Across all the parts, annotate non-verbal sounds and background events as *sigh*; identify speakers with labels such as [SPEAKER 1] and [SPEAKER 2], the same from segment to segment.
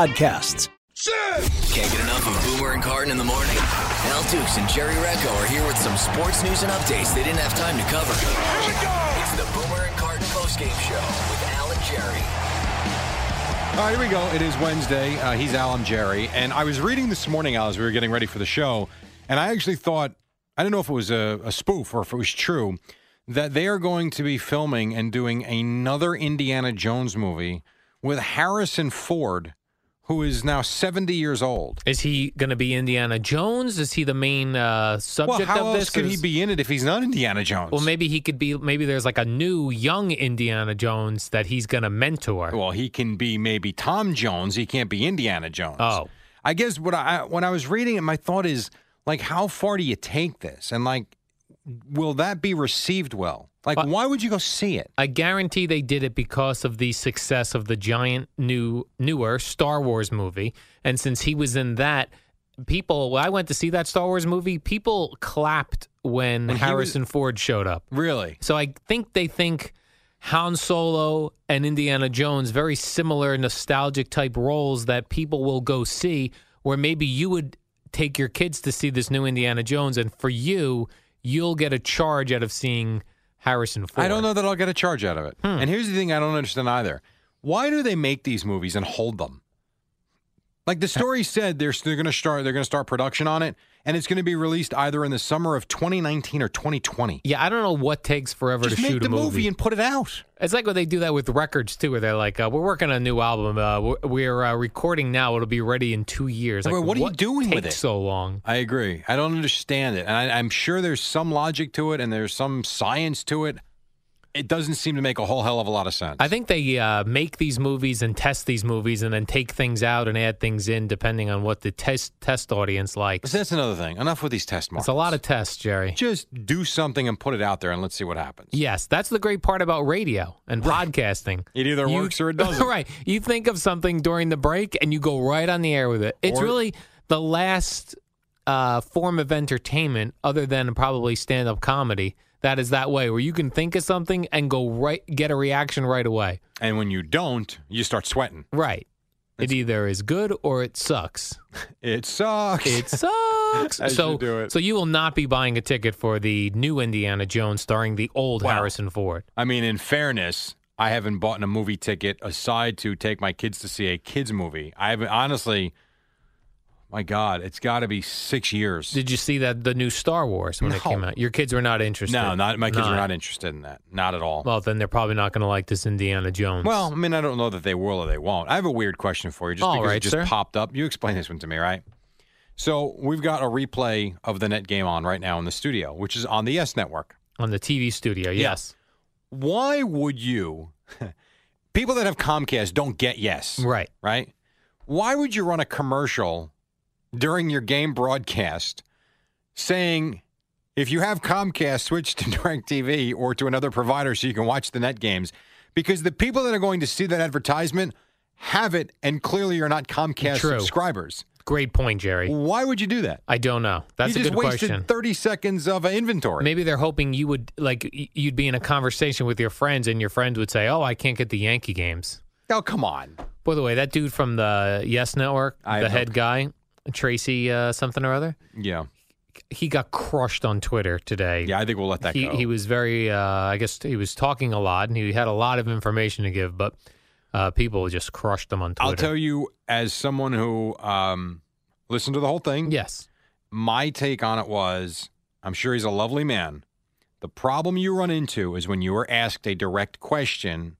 [SPEAKER 1] Can't get enough of Boomer and Carton in the morning. Al Dukes and Jerry Recco are here with some sports news and updates they didn't have time to cover. It's the Boomer and Carton postgame show with Al and Jerry.
[SPEAKER 2] All right, here we go. It is Wednesday. Uh, he's Alan Jerry, and I was reading this morning Al, as we were getting ready for the show, and I actually thought I don't know if it was a, a spoof or if it was true that they are going to be filming and doing another Indiana Jones movie with Harrison Ford, who is now seventy years old.
[SPEAKER 3] Is he going to be Indiana Jones? Is he the main uh,
[SPEAKER 2] well,
[SPEAKER 3] subject
[SPEAKER 2] how
[SPEAKER 3] of this?
[SPEAKER 2] else could he
[SPEAKER 3] Is-
[SPEAKER 2] be in it if he's not Indiana Jones?
[SPEAKER 3] Well, maybe he could be. Maybe there's like a new young Indiana Jones that he's going to mentor.
[SPEAKER 2] Well, he can be maybe Tom Jones. He can't be Indiana Jones.
[SPEAKER 3] Oh.
[SPEAKER 2] I guess what I when I was reading it, my thought is like, how far do you take this, and like, will that be received well? Like,
[SPEAKER 3] But-
[SPEAKER 2] why would you go see it?
[SPEAKER 3] I guarantee they did it because of the success of the giant new newer Star Wars movie, and since he was in that, people. When I went to see that Star Wars movie, people clapped when
[SPEAKER 2] When he was-
[SPEAKER 3] Harrison Ford showed up.
[SPEAKER 2] Really?
[SPEAKER 3] So I think they think Han Solo and Indiana Jones very similar nostalgic type roles that people will go see. Where maybe you would take your kids to see this new Indiana Jones, and for you, you'll get a charge out of seeing Harrison Ford.
[SPEAKER 2] I don't know that I'll get a charge out of it.
[SPEAKER 3] Hmm.
[SPEAKER 2] And here's the thing I don't understand either. Why do they make these movies and hold them? Like the
[SPEAKER 3] *laughs*
[SPEAKER 2] story said, they're, they're going to start they're going to start production on it, and it's going to be released either in the summer of 2019 or 2020.
[SPEAKER 3] Yeah, I don't know what takes forever
[SPEAKER 2] Just
[SPEAKER 3] to
[SPEAKER 2] make
[SPEAKER 3] shoot
[SPEAKER 2] the
[SPEAKER 3] a movie.
[SPEAKER 2] and put it out.
[SPEAKER 3] It's like when they do that with records too, where they're like, uh, "We're working on a new album. Uh, we're we're uh, recording now. It'll be ready in two years."
[SPEAKER 2] Wait,
[SPEAKER 3] Like,
[SPEAKER 2] what are you doing with
[SPEAKER 3] takes
[SPEAKER 2] it?
[SPEAKER 3] So long.
[SPEAKER 2] I agree. I don't understand it. And I, I'm sure there's some logic to it and there's some science to it. It doesn't seem to make a whole hell of a lot of sense.
[SPEAKER 3] I think they uh, make these movies and test these movies, and then take things out and add things in depending on what the test test audience likes.
[SPEAKER 2] So that's another thing. Enough with these test marks.
[SPEAKER 3] It's a lot of tests, Jerry.
[SPEAKER 2] Just do something and put it out there and let's see what happens.
[SPEAKER 3] Yes, that's the great part about radio and broadcasting.
[SPEAKER 2] It either
[SPEAKER 3] You-
[SPEAKER 2] works or
[SPEAKER 3] *laughs*
[SPEAKER 2] it doesn't.
[SPEAKER 3] right. You think of something during the break and you go right on the air with it. It's
[SPEAKER 2] Or-
[SPEAKER 3] really the last uh, form of entertainment, other than probably stand up comedy, that is that way, where you can think of something and go right, get a reaction right away.
[SPEAKER 2] And when you don't, you start sweating.
[SPEAKER 3] Right. It either is good or it sucks.
[SPEAKER 2] It sucks.
[SPEAKER 3] It sucks.
[SPEAKER 2] *laughs* As you
[SPEAKER 3] so,
[SPEAKER 2] do it.
[SPEAKER 3] so you will not be buying a ticket for the new Indiana Jones starring the old
[SPEAKER 2] Wow.
[SPEAKER 3] Harrison Ford.
[SPEAKER 2] I mean, in fairness, I haven't bought a movie ticket aside to take my kids to see a kids movie. I haven't honestly. My God, it's got to be six years.
[SPEAKER 3] Did you see that the new Star Wars when it came
[SPEAKER 2] No.
[SPEAKER 3] out? Your kids were not interested.
[SPEAKER 2] no, not my kids are not interested in that. Not at all.
[SPEAKER 3] Well, then they're probably not going to like this Indiana Jones.
[SPEAKER 2] Well, I mean, I don't know that they will or they won't. I have a weird question for you, just
[SPEAKER 3] All
[SPEAKER 2] because it
[SPEAKER 3] right,
[SPEAKER 2] just
[SPEAKER 3] sir.
[SPEAKER 2] popped up. You explain this one to me, right? So we've got a replay of the net game on right now in the studio, which is on the S Network.
[SPEAKER 3] on the TV studio,
[SPEAKER 2] Yeah.
[SPEAKER 3] yes,
[SPEAKER 2] Why would you? *laughs* People that have Comcast don't get yes,
[SPEAKER 3] right.
[SPEAKER 2] right? Why would you run a commercial during your game broadcast saying? If you have Comcast, switch to *laughs* DirecTV or to another provider so you can watch the net games. Because the people that are going to see that advertisement have it and clearly are not Comcast
[SPEAKER 3] True.
[SPEAKER 2] subscribers.
[SPEAKER 3] Great point, Jerry.
[SPEAKER 2] Why would you do that?
[SPEAKER 3] I don't know. That's
[SPEAKER 2] you
[SPEAKER 3] a
[SPEAKER 2] just
[SPEAKER 3] good
[SPEAKER 2] wasted
[SPEAKER 3] question.
[SPEAKER 2] 30 seconds of uh, inventory.
[SPEAKER 3] Maybe they're hoping you would like y- you'd be in a conversation with your friends, and your friends would say, "Oh, I can't get the Yankee games."
[SPEAKER 2] Oh, come on.
[SPEAKER 3] By the way, that dude from the Yes Network,
[SPEAKER 2] I
[SPEAKER 3] the
[SPEAKER 2] have no
[SPEAKER 3] head guy, Tracy uh, something or other,
[SPEAKER 2] Yeah.
[SPEAKER 3] he got crushed on Twitter today.
[SPEAKER 2] Yeah, I think we'll let that
[SPEAKER 3] he,
[SPEAKER 2] go.
[SPEAKER 3] he was very, uh, I guess he was talking a lot and he had a lot of information to give, but uh, people just crushed him on Twitter.
[SPEAKER 2] I'll tell you, as someone who um, listened to the whole thing,
[SPEAKER 3] Yes.
[SPEAKER 2] my take on it was I'm sure he's a lovely man. The problem you run into is when you are asked a direct question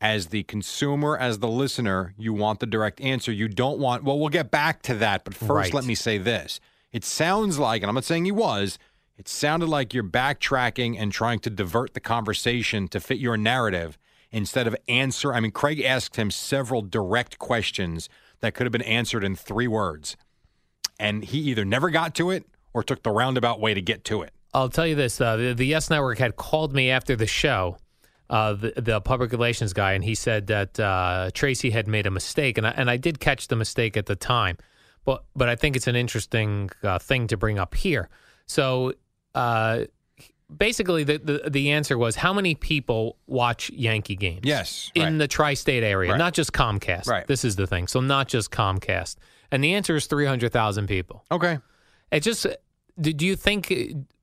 [SPEAKER 2] as the consumer, as the listener, you want the direct answer. You don't want, well, we'll get back to that, but first
[SPEAKER 3] Right.
[SPEAKER 2] let me say this. It sounds like, and I'm not saying he was, it sounded like you're backtracking and trying to divert the conversation to fit your narrative instead of answer. I mean, Craig asked him several direct questions that could have been answered in three words and he either never got to it or took the roundabout way to get to it.
[SPEAKER 3] I'll tell you this: uh, the, the Yes Network had called me after the show, uh, the, the public relations guy, and he said that uh, Tracy had made a mistake, and I, and I did catch the mistake at the time, but but I think it's an interesting uh, thing to bring up here. So uh, basically, the, the the answer was how many people watch Yankee games?
[SPEAKER 2] Yes,
[SPEAKER 3] in
[SPEAKER 2] right.
[SPEAKER 3] the tri-state area,
[SPEAKER 2] Right.
[SPEAKER 3] not just Comcast.
[SPEAKER 2] Right.
[SPEAKER 3] This is the thing. So not just Comcast, and the answer is three hundred thousand people.
[SPEAKER 2] Okay.
[SPEAKER 3] It just did you think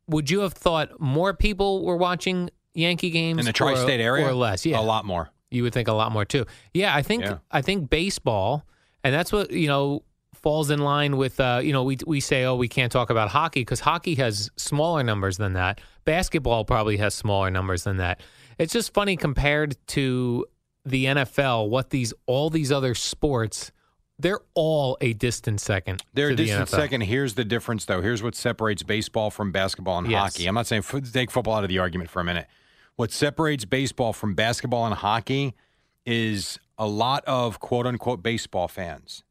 [SPEAKER 3] would you have thought more people were watching Yankee games
[SPEAKER 2] In the
[SPEAKER 3] or-
[SPEAKER 2] tri-state area,
[SPEAKER 3] or less? Yeah,
[SPEAKER 2] a lot more.
[SPEAKER 3] You would think a lot more too. Yeah, I think
[SPEAKER 2] Yeah.
[SPEAKER 3] I think baseball, and that's what you know falls in line with uh, you know we we say oh we can't talk about hockey because hockey has smaller numbers than that. Basketball probably has smaller numbers than that. It's just funny compared to the NFL, what these all these other sports. They're all a distant second.
[SPEAKER 2] There,
[SPEAKER 3] to the
[SPEAKER 2] distant
[SPEAKER 3] NFL.
[SPEAKER 2] second. Here's the difference, though. Here's what separates baseball from basketball and
[SPEAKER 3] Yes.
[SPEAKER 2] hockey. I'm not saying f- take football out of the argument for a minute. What separates baseball from basketball and hockey is a lot of quote unquote baseball fans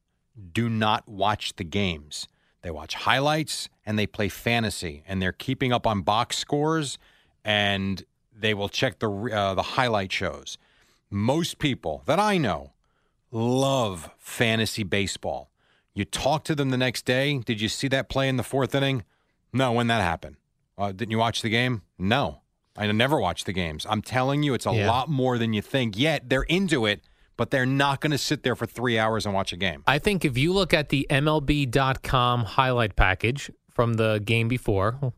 [SPEAKER 2] do not watch the games. They watch highlights and they play fantasy, and they're keeping up on box scores, and they will check the re- uh, the highlight shows. Most people that I know love fantasy baseball. You talk to them the next day. Did you see that play in the fourth inning? No. When that happened, uh, didn't you watch the game? No. I never watch the games. I'm telling you, it's a
[SPEAKER 3] Yeah.
[SPEAKER 2] lot more than you think. Yet they're into it, but they're not going to sit there for three hours and watch a game.
[SPEAKER 3] I think if you look at the MLB.com highlight package from the game before,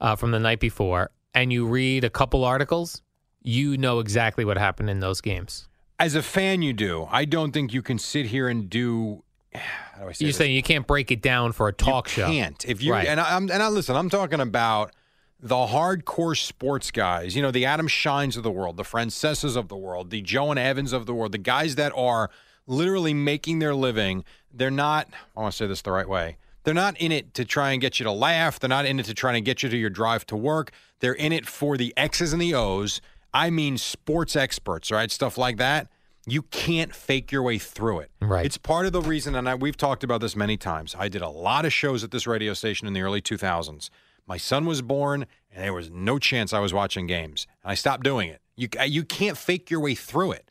[SPEAKER 3] uh, from the night before, and you read a couple articles, you know exactly what happened in those games.
[SPEAKER 2] As a fan, you do. I don't think you can sit here and do. *sighs* How do I say
[SPEAKER 3] You're
[SPEAKER 2] this?
[SPEAKER 3] saying you can't break it down for a talk
[SPEAKER 2] you
[SPEAKER 3] show.
[SPEAKER 2] Can't if you
[SPEAKER 3] Right.
[SPEAKER 2] and I, I'm and I listen. I'm talking about the hardcore sports guys. You know the Adam Shines of the world, the Francesas of the world, the Joe and Evans of the world, the guys that are literally making their living. They're not. I want to say this the right way. They're not in it to try and get you to laugh. They're not in it to try and get you to your drive to work. They're in it for the X's and the O's. I mean, sports experts, right? Stuff like that. You can't fake your way through it.
[SPEAKER 3] Right.
[SPEAKER 2] It's part of the reason, and I, we've talked about this many times. I did a lot of shows at this radio station in the early 2000s. My son was born, and there was no chance I was watching games. And I stopped doing it. You, uh, you can't fake your way through it.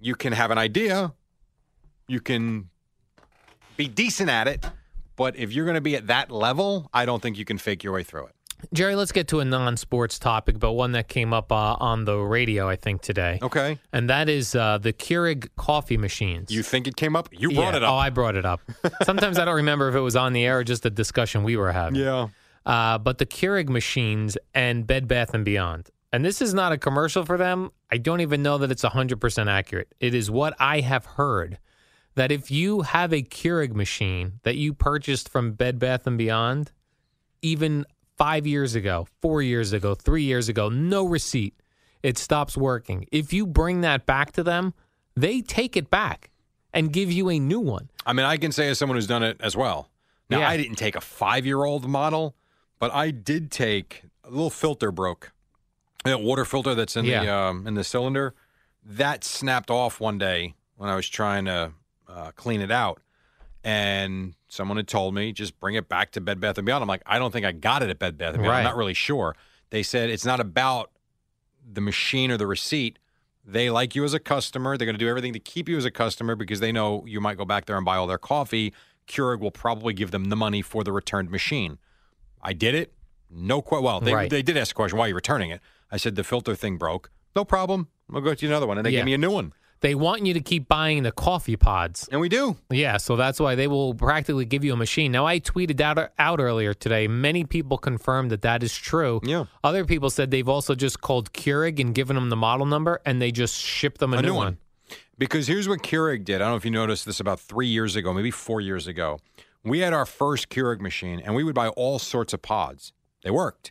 [SPEAKER 2] You can have an idea, you can be decent at it, but if you're going to be at that level, I don't think you can fake your way through it.
[SPEAKER 3] Jerry, let's get to a non-sports topic, but one that came up uh, on the radio, I think, today,
[SPEAKER 2] Okay.
[SPEAKER 3] and that is uh, the Keurig coffee machines.
[SPEAKER 2] You think it came up? You brought
[SPEAKER 3] Yeah.
[SPEAKER 2] it up.
[SPEAKER 3] Oh, I brought
[SPEAKER 2] *laughs*
[SPEAKER 3] it up. Sometimes I don't remember if it was on the air or just a discussion we were having.
[SPEAKER 2] yeah.
[SPEAKER 3] uh, but the Keurig machines and Bed Bath and Beyond. And this is not a commercial for them. I don't even know that it's 100% accurate. It is what I have heard that if you have a Keurig machine that you purchased from Bed Bath and Beyond, even five years ago, four years ago, three years ago, no receipt, it stops working. If you bring that back to them, they take it back and give you a new one.
[SPEAKER 2] I mean, I can say as someone who's done it as well. Now,
[SPEAKER 3] Yeah.
[SPEAKER 2] I didn't take a five year old model, but I did take a little filter broke. That water filter that's in the
[SPEAKER 3] Yeah.
[SPEAKER 2] um, in the cylinder that snapped off one day when I was trying to uh, clean it out, and someone had told me just bring it back to Bed Bath and Beyond. I'm like, I don't think I got it at Bed Bath and Beyond.
[SPEAKER 3] Right.
[SPEAKER 2] I'm not really sure. They said it's not about the machine or the receipt. They like you as a customer. They're going to do everything to keep you as a customer because they know you might go back there and buy all their coffee. Keurig will probably give them the money for the returned machine. I did it. No question. Well, they,
[SPEAKER 3] Right.
[SPEAKER 2] they did ask a question why are you returning it? I said the filter thing broke. No problem. I'll go get you another one, and they
[SPEAKER 3] Yeah.
[SPEAKER 2] gave me a new one.
[SPEAKER 3] They want you to keep buying the coffee pods.
[SPEAKER 2] And we do.
[SPEAKER 3] Yeah, so that's why they will practically give you a machine. Now, I tweeted out, out earlier today. Many people confirmed that that is true.
[SPEAKER 2] Yeah.
[SPEAKER 3] Other people said they've also just called Keurig and given them the model number, and they just ship them a, new, one.
[SPEAKER 2] Because here's what Keurig did. I don't know if you noticed this about three years ago, maybe four years ago. We had our first Keurig machine and we would buy all sorts of pods. They worked.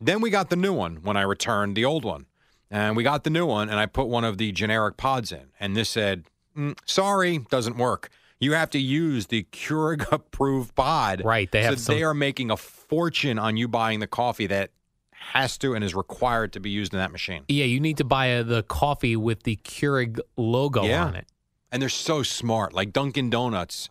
[SPEAKER 2] Then we got the new one when I returned the old one. And we got the new one and I put one of the generic pods in. And this said, "Mm, sorry, doesn't work. You have to use the Keurig *laughs* approved pod.
[SPEAKER 3] Right, they
[SPEAKER 2] so
[SPEAKER 3] have some-
[SPEAKER 2] they are making a fortune on you buying the coffee that has to and is required to be used in that machine.
[SPEAKER 3] Yeah, you need to buy uh the coffee with the Keurig logo
[SPEAKER 2] Yeah.
[SPEAKER 3] on it.
[SPEAKER 2] and they're so smart. Like Dunkin' Donuts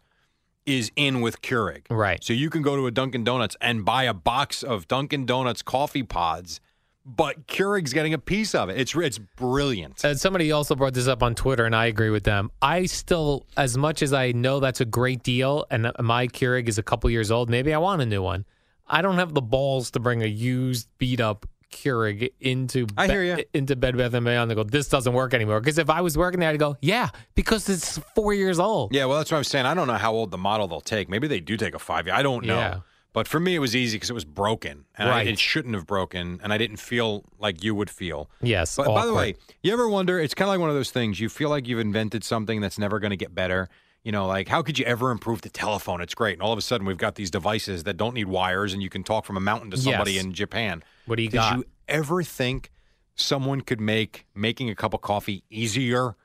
[SPEAKER 2] is in with Keurig.
[SPEAKER 3] Right.
[SPEAKER 2] So you can go to a Dunkin' Donuts and buy a box of Dunkin' Donuts coffee pods, but Keurig's getting a piece of it. It's it's brilliant.
[SPEAKER 3] And somebody also brought this up on Twitter, and I agree with them. I still, as much as I know that's a great deal, and my Keurig is a couple years old, maybe I want a new one. I don't have the balls to bring a used, beat up Keurig into
[SPEAKER 2] I hear ya.
[SPEAKER 3] into Bed Bath and Beyond and go, this doesn't work anymore. Because if I was working there, I'd go, yeah, because it's four years old.
[SPEAKER 2] yeah, well, that's what I'm saying. I don't know how old the model they'll take. Maybe they do take a five year. I don't know.
[SPEAKER 3] Yeah.
[SPEAKER 2] But for me, it was easy because it was broken, and I-
[SPEAKER 3] Right.
[SPEAKER 2] it shouldn't have broken, and I didn't feel like you would feel.
[SPEAKER 3] Yes.
[SPEAKER 2] But by the way,
[SPEAKER 3] awkward.
[SPEAKER 2] you ever wonder? It's kind of like one of those things. You feel like you've invented something that's never going to get better. You know, like how could you ever improve the telephone? It's great, and all of a sudden we've got these devices that don't need wires, and you can talk from a mountain to somebody
[SPEAKER 3] Yes.
[SPEAKER 2] in Japan.
[SPEAKER 3] what do you
[SPEAKER 2] Did
[SPEAKER 3] got?
[SPEAKER 2] you ever think someone could make making a cup of coffee easier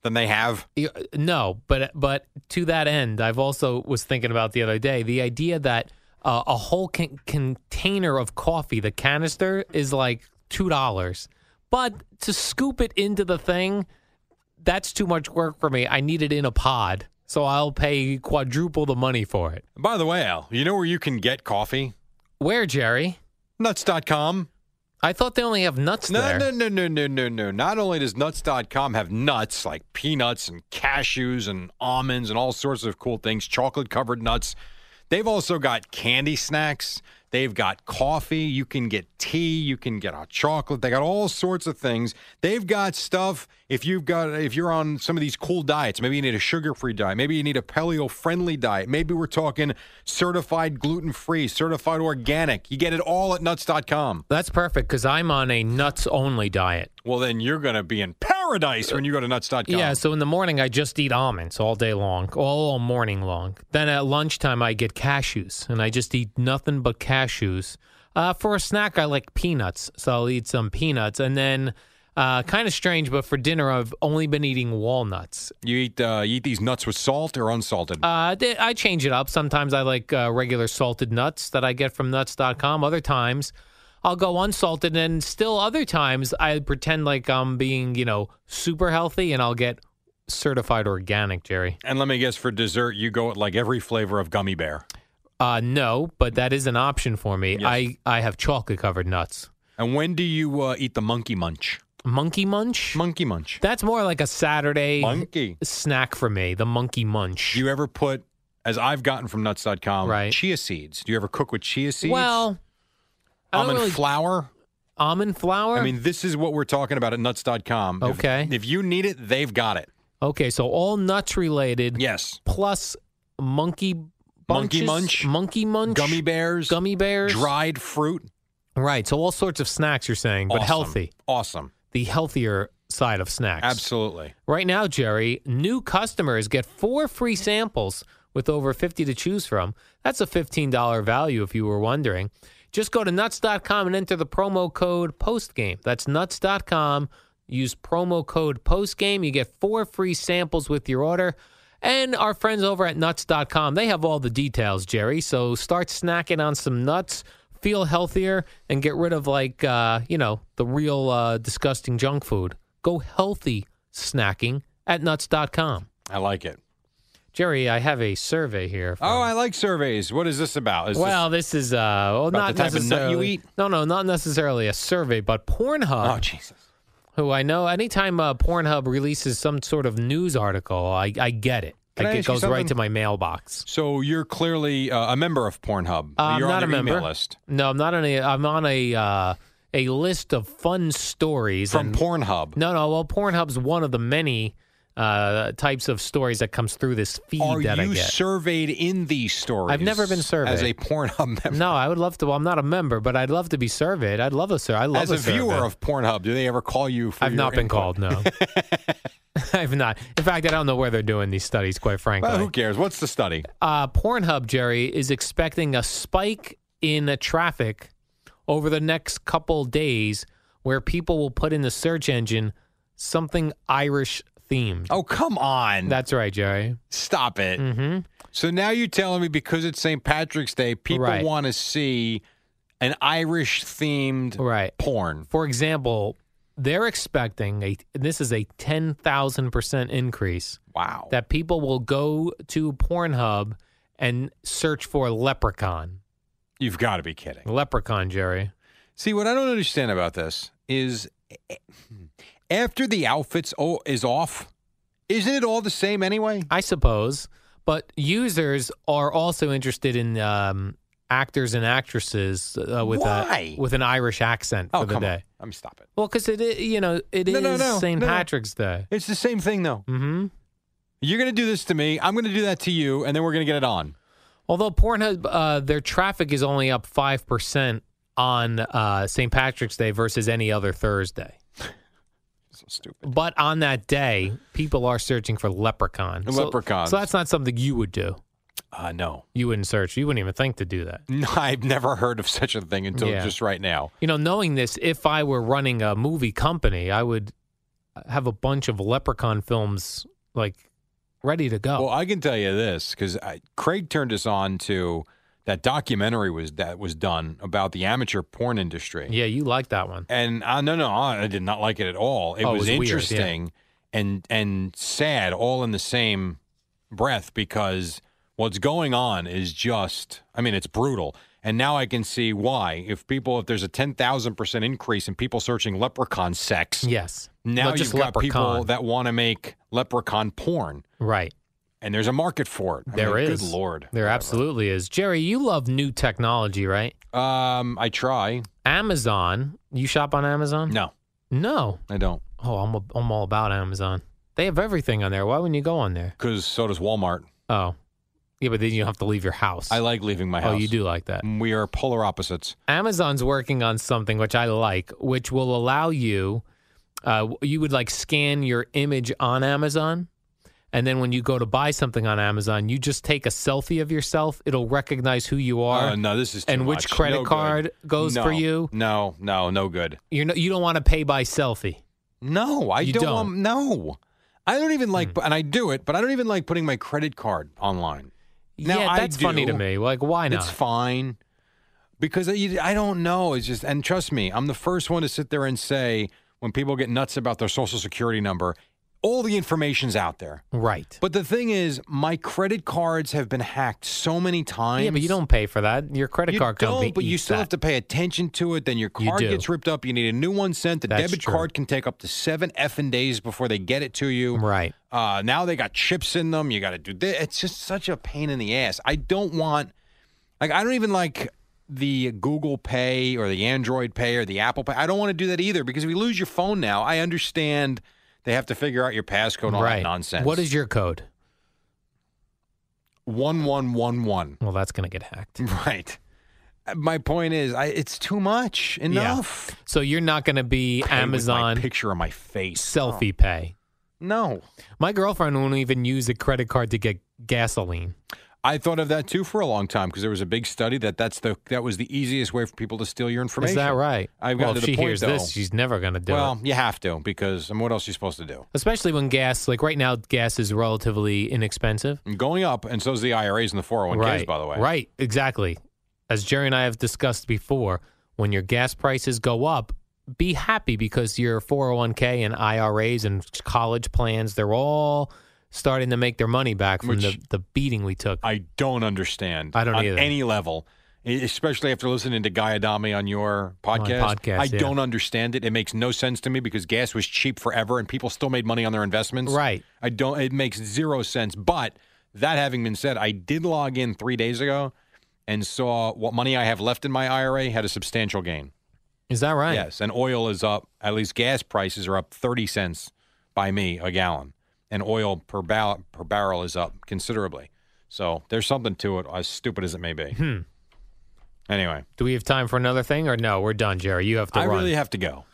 [SPEAKER 2] than they have?
[SPEAKER 3] Yeah, No, but but to that end, I've also was thinking about the other day the idea that uh, a whole con- container of coffee, the canister, is like two dollars, but to scoop it into the thing, that's too much work for me. I need it in a pod, so I'll pay quadruple the money for it.
[SPEAKER 2] By the way, Al, you know where you can get coffee?
[SPEAKER 3] Where, Jerry?
[SPEAKER 2] Nuts.com.
[SPEAKER 3] I thought they only have nuts
[SPEAKER 2] No,
[SPEAKER 3] there.
[SPEAKER 2] no, no, no, no, no, no. Not only does nuts.com have nuts like peanuts and cashews and almonds and all sorts of cool things, chocolate covered nuts, they've also got candy snacks. They've got coffee. You can get tea. You can get hot chocolate. They got all sorts of things. They've got stuff. If you've got, if you're on some of these cool diets, maybe you need a sugar-free diet. Maybe you need a paleo-friendly diet. Maybe we're talking certified gluten-free, certified organic. You get it all at nuts.com.
[SPEAKER 3] That's perfect because I'm on a nuts only diet.
[SPEAKER 2] Well, then you're going to be in paradise when you go to nuts.com.
[SPEAKER 3] Yeah, so in the morning I just eat almonds all day long, all morning long. Then at lunchtime I get cashews, and I just eat nothing but cashews. Uh, for a snack I like peanuts, so I'll eat some peanuts, and then uh, kind of strange, but for dinner I've only been eating walnuts.
[SPEAKER 2] You eat uh, you eat these nuts with salt or unsalted.
[SPEAKER 3] Uh, th- I change it up. Sometimes I like uh, regular salted nuts that I get from nuts.com. Other times I'll go unsalted, and still other times I pretend like I'm being, you know, super healthy, and I'll get certified organic, Jerry.
[SPEAKER 2] and let me guess, for dessert, you go with like every flavor of gummy bear.
[SPEAKER 3] Uh, no, but that is an option for me. I, I have chocolate covered nuts.
[SPEAKER 2] And when do you uh, eat the monkey munch?
[SPEAKER 3] Monkey munch?
[SPEAKER 2] Monkey munch.
[SPEAKER 3] That's more like a Saturday
[SPEAKER 2] Monkey.
[SPEAKER 3] snack for me, the monkey munch.
[SPEAKER 2] Do you ever put, as I've gotten from nuts.com,
[SPEAKER 3] Right.
[SPEAKER 2] chia seeds? Do you ever cook with chia seeds?
[SPEAKER 3] well, I don't
[SPEAKER 2] almond
[SPEAKER 3] really,
[SPEAKER 2] flour?
[SPEAKER 3] almond flour?
[SPEAKER 2] I mean, this is what we're talking about at nuts.com. If-
[SPEAKER 3] Okay.
[SPEAKER 2] If, you need it, they've got it.
[SPEAKER 3] okay, so all nuts related
[SPEAKER 2] Yes.
[SPEAKER 3] plus monkey
[SPEAKER 2] Monkey
[SPEAKER 3] bunches,
[SPEAKER 2] munch.
[SPEAKER 3] Monkey munch.
[SPEAKER 2] Gummy bears.
[SPEAKER 3] Gummy bears.
[SPEAKER 2] Dried fruit.
[SPEAKER 3] Right, so all sorts of snacks you're saying, but
[SPEAKER 2] Awesome.
[SPEAKER 3] healthy.
[SPEAKER 2] Awesome.
[SPEAKER 3] The healthier side of snacks.
[SPEAKER 2] Absolutely.
[SPEAKER 3] Right now, Jerry, new customers get four free samples with over 50 to choose from. That's a $15 value if you were wondering. Just go to nuts.com and enter the promo code postgame. That's nuts.com. Use promo code postgame. You get four free samples with your order. And our friends over at nuts.com, they have all the details, Jerry. So start snacking on some nuts, feel healthier, and get rid of, like, uh, you know, the real uh, disgusting junk food. Go healthy snacking at nuts.com.
[SPEAKER 2] I like it.
[SPEAKER 3] Jerry, I have a survey here. from-
[SPEAKER 2] Oh, I like surveys. What is this about? Is this-
[SPEAKER 3] well, this is uh, well,
[SPEAKER 2] About
[SPEAKER 3] not
[SPEAKER 2] the type of nut you
[SPEAKER 3] necessarily.
[SPEAKER 2] eat?
[SPEAKER 3] No, no, not necessarily a survey, but Pornhub.
[SPEAKER 2] oh, Jesus.
[SPEAKER 3] who I know anytime uh, Pornhub releases some sort of news article, I, I get it.
[SPEAKER 2] Can I
[SPEAKER 3] like it
[SPEAKER 2] ask you
[SPEAKER 3] goes right
[SPEAKER 2] something?
[SPEAKER 3] to my mailbox.
[SPEAKER 2] So you're clearly uh, a member of Pornhub.
[SPEAKER 3] Uh, I'm
[SPEAKER 2] you're
[SPEAKER 3] not
[SPEAKER 2] on
[SPEAKER 3] a
[SPEAKER 2] their
[SPEAKER 3] member.
[SPEAKER 2] email list.
[SPEAKER 3] No, I'm not on a. I'm on a. Uh, a list of fun stories
[SPEAKER 2] from
[SPEAKER 3] and-
[SPEAKER 2] Pornhub.
[SPEAKER 3] No, no. Well, Pornhub's one of the many uh, types of stories that comes through this feed
[SPEAKER 2] Are
[SPEAKER 3] that I
[SPEAKER 2] you
[SPEAKER 3] get.
[SPEAKER 2] surveyed in these stories?
[SPEAKER 3] I've never been
[SPEAKER 2] as a
[SPEAKER 3] surveyed.
[SPEAKER 2] Pornhub *laughs* member.
[SPEAKER 3] no, I would love to. Well, I'm not a member, but I'd love to be surveyed. I'd love a survey. I love
[SPEAKER 2] as a viewer
[SPEAKER 3] survey.
[SPEAKER 2] of Pornhub, do they ever call you? For
[SPEAKER 3] I've
[SPEAKER 2] your
[SPEAKER 3] not been
[SPEAKER 2] input? *laughs*
[SPEAKER 3] called. No, I've not. In fact, I don't know where they're doing these studies. Quite frankly,
[SPEAKER 2] Well, who cares? What's the study?
[SPEAKER 3] uh, Pornhub, Jerry, is expecting a spike in uh, traffic over the next couple days where people will put in the search engine something Irish themed.
[SPEAKER 2] Oh, come on!
[SPEAKER 3] That's right, Jerry.
[SPEAKER 2] Stop it.
[SPEAKER 3] hmm
[SPEAKER 2] So now you're telling me because it's St. Patrick's Day, people
[SPEAKER 3] Right.
[SPEAKER 2] want to see an Irish themed
[SPEAKER 3] Right.
[SPEAKER 2] porn.
[SPEAKER 3] For example, they're expecting a this is a 10,000% increase
[SPEAKER 2] Wow.
[SPEAKER 3] that people will go to Pornhub and search for leprechaun.
[SPEAKER 2] You've got to be kidding.
[SPEAKER 3] Leprechaun, Jerry.
[SPEAKER 2] See, what I don't understand about this is eh, after the outfits o- is off, isn't it all the same anyway?
[SPEAKER 3] I suppose. But users are also interested in um, actors and actresses uh, with
[SPEAKER 2] Why?
[SPEAKER 3] a with an Irish accent
[SPEAKER 2] Oh,
[SPEAKER 3] for the
[SPEAKER 2] come
[SPEAKER 3] day.
[SPEAKER 2] on. I mean, stop it.
[SPEAKER 3] Well, because it i- you know it is
[SPEAKER 2] No, no, no,
[SPEAKER 3] St.
[SPEAKER 2] no, no.
[SPEAKER 3] Patrick's Day.
[SPEAKER 2] It's the same thing, though.
[SPEAKER 3] Mm-hmm.
[SPEAKER 2] You're going to do this to me. I'm going to do that to you, and then we're going to get it on.
[SPEAKER 3] Although Pornhub, uh, their traffic is only up five percent on uh, St. Patrick's Day versus any other Thursday.
[SPEAKER 2] So stupid.
[SPEAKER 3] But on that day, people are searching for leprechaun. So-
[SPEAKER 2] Leprechauns.
[SPEAKER 3] So that's not something you would do.
[SPEAKER 2] Uh, no. *laughs*
[SPEAKER 3] You wouldn't search. You wouldn't even think to do that.
[SPEAKER 2] No, I've never heard of such a thing until
[SPEAKER 3] Yeah.
[SPEAKER 2] just right now.
[SPEAKER 3] You know, knowing this, if I were running a movie company, I would have a bunch of leprechaun films like ready to go.
[SPEAKER 2] Well, I can tell you this because Craig turned us on to that documentary was that was done about the amateur porn industry.
[SPEAKER 3] yeah, you like that one.
[SPEAKER 2] And uh, no, no, I I did not like it at all. It
[SPEAKER 3] Oh, it
[SPEAKER 2] was,
[SPEAKER 3] was weird, yeah.
[SPEAKER 2] interesting and and sad all in the same breath because what's going on is just, I mean, it's brutal. And now I can see why. If people, if there's a ten thousand percent increase in people searching leprechaun sex,
[SPEAKER 3] Yes.
[SPEAKER 2] now
[SPEAKER 3] Not just
[SPEAKER 2] you've got people
[SPEAKER 3] leprechaun.
[SPEAKER 2] that want to make leprechaun porn,
[SPEAKER 3] right.
[SPEAKER 2] and there's a market for it. I
[SPEAKER 3] There
[SPEAKER 2] mean,
[SPEAKER 3] is.
[SPEAKER 2] Good lord,
[SPEAKER 3] There absolutely is. Jerry, you love new technology, right?
[SPEAKER 2] Um, I try.
[SPEAKER 3] Amazon. You shop on Amazon?
[SPEAKER 2] No,
[SPEAKER 3] No.
[SPEAKER 2] I don't.
[SPEAKER 3] Oh, I'm, a, I'm all about Amazon. They have everything on there. Why wouldn't you go on there?
[SPEAKER 2] Because so does Walmart.
[SPEAKER 3] Oh. Yeah, but then you have to leave your house.
[SPEAKER 2] I like leaving my
[SPEAKER 3] Oh,
[SPEAKER 2] house.
[SPEAKER 3] you do like that.
[SPEAKER 2] We are polar opposites.
[SPEAKER 3] Amazon's working on something which I like, which will allow you, uh, you would like scan your image on Amazon. And then when you go to buy something on Amazon, you just take a selfie of yourself. It'll recognize who you are.
[SPEAKER 2] Oh, no, this is too
[SPEAKER 3] and which
[SPEAKER 2] much.
[SPEAKER 3] credit
[SPEAKER 2] No good.
[SPEAKER 3] card goes for
[SPEAKER 2] No.
[SPEAKER 3] you?
[SPEAKER 2] No, no, no good.
[SPEAKER 3] You're no, you don't want to pay by selfie.
[SPEAKER 2] No, I
[SPEAKER 3] You
[SPEAKER 2] don't.
[SPEAKER 3] don't. Hmm.
[SPEAKER 2] want- no, I don't even like. And I do it, but I don't even like putting my credit card online. Now,
[SPEAKER 3] yeah,
[SPEAKER 2] I
[SPEAKER 3] that's funny to
[SPEAKER 2] do.
[SPEAKER 3] me. Like, why not?
[SPEAKER 2] It's fine because I, you- I don't know. It's just, and trust me, I'm the first one to sit there and say when people get nuts about their social security number, all the information's out there.
[SPEAKER 3] right.
[SPEAKER 2] But the thing is, my credit cards have been hacked so many times.
[SPEAKER 3] yeah, but you don't pay for that. Your credit
[SPEAKER 2] You
[SPEAKER 3] card company
[SPEAKER 2] don't, but you
[SPEAKER 3] eats
[SPEAKER 2] still
[SPEAKER 3] that.
[SPEAKER 2] have to pay attention to it. Then your
[SPEAKER 3] You
[SPEAKER 2] card
[SPEAKER 3] do.
[SPEAKER 2] gets ripped up. You need a new one sent. The
[SPEAKER 3] That's
[SPEAKER 2] debit
[SPEAKER 3] true.
[SPEAKER 2] card can take up to seven effing days before they get it to you.
[SPEAKER 3] Right.
[SPEAKER 2] Uh, now they got chips in them. You got to do this. It's just such a pain in the ass. I don't want, like, I don't even like the Google Pay or the Android Pay or the Apple Pay. I don't want to do that either because if you lose your phone now, I understand they have to figure out your passcode and all
[SPEAKER 3] right.
[SPEAKER 2] that nonsense.
[SPEAKER 3] What is your code?
[SPEAKER 2] one one one one? *laughs*
[SPEAKER 3] Well, that's going to get hacked.
[SPEAKER 2] Right. My point is, I, it's too much. Enough.
[SPEAKER 3] So you're not going to
[SPEAKER 2] Pay
[SPEAKER 3] be
[SPEAKER 2] with my
[SPEAKER 3] Amazon
[SPEAKER 2] picture Oh. of my face.
[SPEAKER 3] selfie pay.
[SPEAKER 2] No,
[SPEAKER 3] My girlfriend won't even use a credit card to get gasoline.
[SPEAKER 2] I thought of that too for a long time because there was a big study that that's the that was the easiest way for people to steal your information.
[SPEAKER 3] Is that right?
[SPEAKER 2] I've
[SPEAKER 3] well,
[SPEAKER 2] gotten
[SPEAKER 3] if
[SPEAKER 2] to the
[SPEAKER 3] she
[SPEAKER 2] point
[SPEAKER 3] hears
[SPEAKER 2] though.
[SPEAKER 3] this, she's never going to do
[SPEAKER 2] well,
[SPEAKER 3] it.
[SPEAKER 2] you have to because I mean, what else are you supposed to do?
[SPEAKER 3] Especially when gas, like right now, gas is relatively inexpensive.
[SPEAKER 2] And going up, and so's the IRAs and the 401ks.
[SPEAKER 3] right.
[SPEAKER 2] By the way,
[SPEAKER 3] Right. Exactly. As Jerry and I have discussed before, when your gas prices go up, be happy because your 401k and IRAs and college plans, they're all starting to make their money back from the,
[SPEAKER 2] Which-
[SPEAKER 3] the beating we took.
[SPEAKER 2] I don't understand.
[SPEAKER 3] I don't
[SPEAKER 2] on
[SPEAKER 3] either.
[SPEAKER 2] any level, e- especially after listening to Guy Adami on your podcast.
[SPEAKER 3] podcast,
[SPEAKER 2] I
[SPEAKER 3] yeah.
[SPEAKER 2] don't understand it. It makes no sense to me because gas was cheap forever, and people still made money on their investments.
[SPEAKER 3] right.
[SPEAKER 2] I don't. It makes zero sense. But that having been said, I did log in three days ago and saw what money I have left in my IRA had a substantial gain.
[SPEAKER 3] Is that right?
[SPEAKER 2] Yes, and oil is up. At least gas prices are up thirty cents by me a gallon, and oil per, bar- per barrel is up considerably. So there's something to it, as stupid as it may be. Hmm. Anyway,
[SPEAKER 3] Do we have time for another thing or no? We're done, Jerry. You have to
[SPEAKER 2] I
[SPEAKER 3] run.
[SPEAKER 2] really have to go.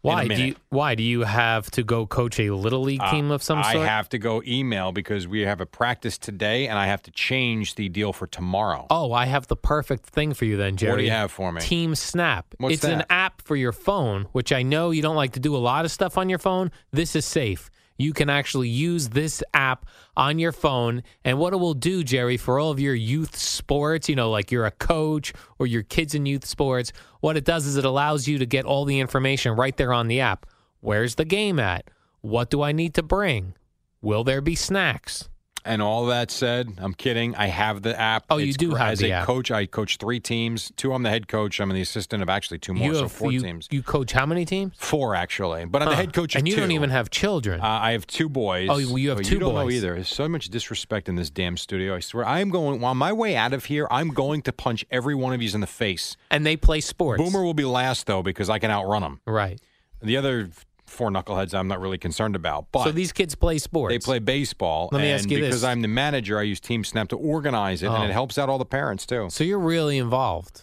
[SPEAKER 3] why
[SPEAKER 2] in a
[SPEAKER 3] do you
[SPEAKER 2] minute. Uh,
[SPEAKER 3] why do you have to go coach a little league team of some
[SPEAKER 2] I
[SPEAKER 3] sort?
[SPEAKER 2] have to go email because we have a practice today, and I have to change the deal for tomorrow.
[SPEAKER 3] Oh, I have the perfect thing for you then, Jerry.
[SPEAKER 2] what do you have for me?
[SPEAKER 3] Team Snap.
[SPEAKER 2] What's
[SPEAKER 3] it's an
[SPEAKER 2] that?
[SPEAKER 3] app for your phone, which I know you don't like to do a lot of stuff on your phone. This is safe. You can actually use this app on your phone. And what it will do, Jerry, for all of your youth sports, you know, like you're a coach or your kids in youth sports, what it does is it allows you to get all the information right there on the app. Where's the game at? What do I need to bring? Will there be snacks?
[SPEAKER 2] And all that said, I'm kidding. I have the app.
[SPEAKER 3] Oh, you
[SPEAKER 2] It's
[SPEAKER 3] do
[SPEAKER 2] gr-
[SPEAKER 3] have
[SPEAKER 2] as
[SPEAKER 3] the
[SPEAKER 2] a
[SPEAKER 3] app.
[SPEAKER 2] coach. I coach three teams. Two, I'm the head coach. I'm the assistant of actually two more,
[SPEAKER 3] you,
[SPEAKER 2] so
[SPEAKER 3] have-
[SPEAKER 2] four
[SPEAKER 3] you-
[SPEAKER 2] teams.
[SPEAKER 3] you coach how many teams?
[SPEAKER 2] Four actually, but I'm the
[SPEAKER 3] Huh.
[SPEAKER 2] head coach. Of
[SPEAKER 3] And you do don't
[SPEAKER 2] two.
[SPEAKER 3] even have children.
[SPEAKER 2] Uh, I have two boys.
[SPEAKER 3] Oh, well, you have two
[SPEAKER 2] You don't know
[SPEAKER 3] boys.
[SPEAKER 2] either. There's so much disrespect in this damn studio. I swear. I'm going on my way out of here. I'm going to punch every one of you in the face.
[SPEAKER 3] and they play sports.
[SPEAKER 2] Boomer will be last though because I can outrun him.
[SPEAKER 3] Right.
[SPEAKER 2] The other four knuckleheads, I'm not really concerned about. But
[SPEAKER 3] so these kids play sports.
[SPEAKER 2] They play baseball.
[SPEAKER 3] Let me
[SPEAKER 2] and
[SPEAKER 3] ask you this.
[SPEAKER 2] because I'm the manager, I use Team Snap to organize it,
[SPEAKER 3] Oh.
[SPEAKER 2] and it helps out all the parents too.
[SPEAKER 3] So you're really involved.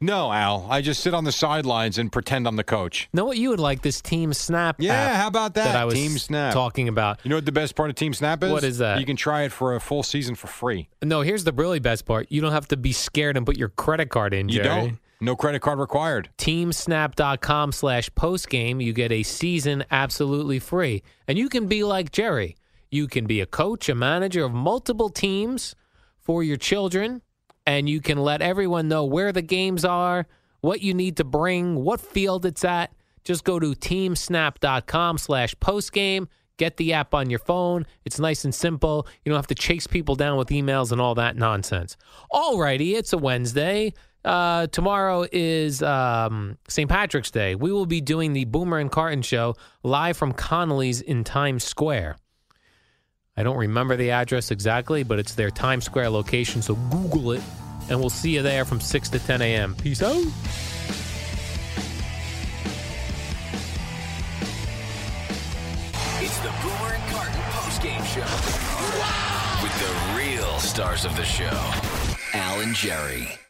[SPEAKER 2] No, Al, I just sit on the sidelines and pretend I'm the coach.
[SPEAKER 3] Know what you would like this Team Snap
[SPEAKER 2] Yeah,
[SPEAKER 3] app
[SPEAKER 2] how about that?
[SPEAKER 3] that I was
[SPEAKER 2] Team Snap.
[SPEAKER 3] talking about.
[SPEAKER 2] You know what the best part of Team Snap is?
[SPEAKER 3] What is that?
[SPEAKER 2] You can try it for a full season for free.
[SPEAKER 3] No, here's the really best part. You don't have to be scared and put your credit card in,
[SPEAKER 2] You
[SPEAKER 3] Jerry.
[SPEAKER 2] don't. No credit card required.
[SPEAKER 3] Teamsnap.com slash postgame, you get a season absolutely free. And you can be like Jerry. You can be a coach, a manager of multiple teams for your children, and you can let everyone know where the games are, what you need to bring, what field it's at. Just go to teamsnap.com slash postgame. Get the app on your phone. It's nice and simple. You don't have to chase people down with emails and all that nonsense. Alrighty, it's a Wednesday. Uh, tomorrow is um, St. Patrick's Day. We will be doing the Boomer and Carton show live from Connolly's in Times Square. I don't remember the address exactly, but it's their Times Square location, so Google it, and we'll see you there from 6 to 10 a.m. Peace out.
[SPEAKER 1] It's the Boomer and Carton postgame show. With the real stars of the show, Al and Jerry.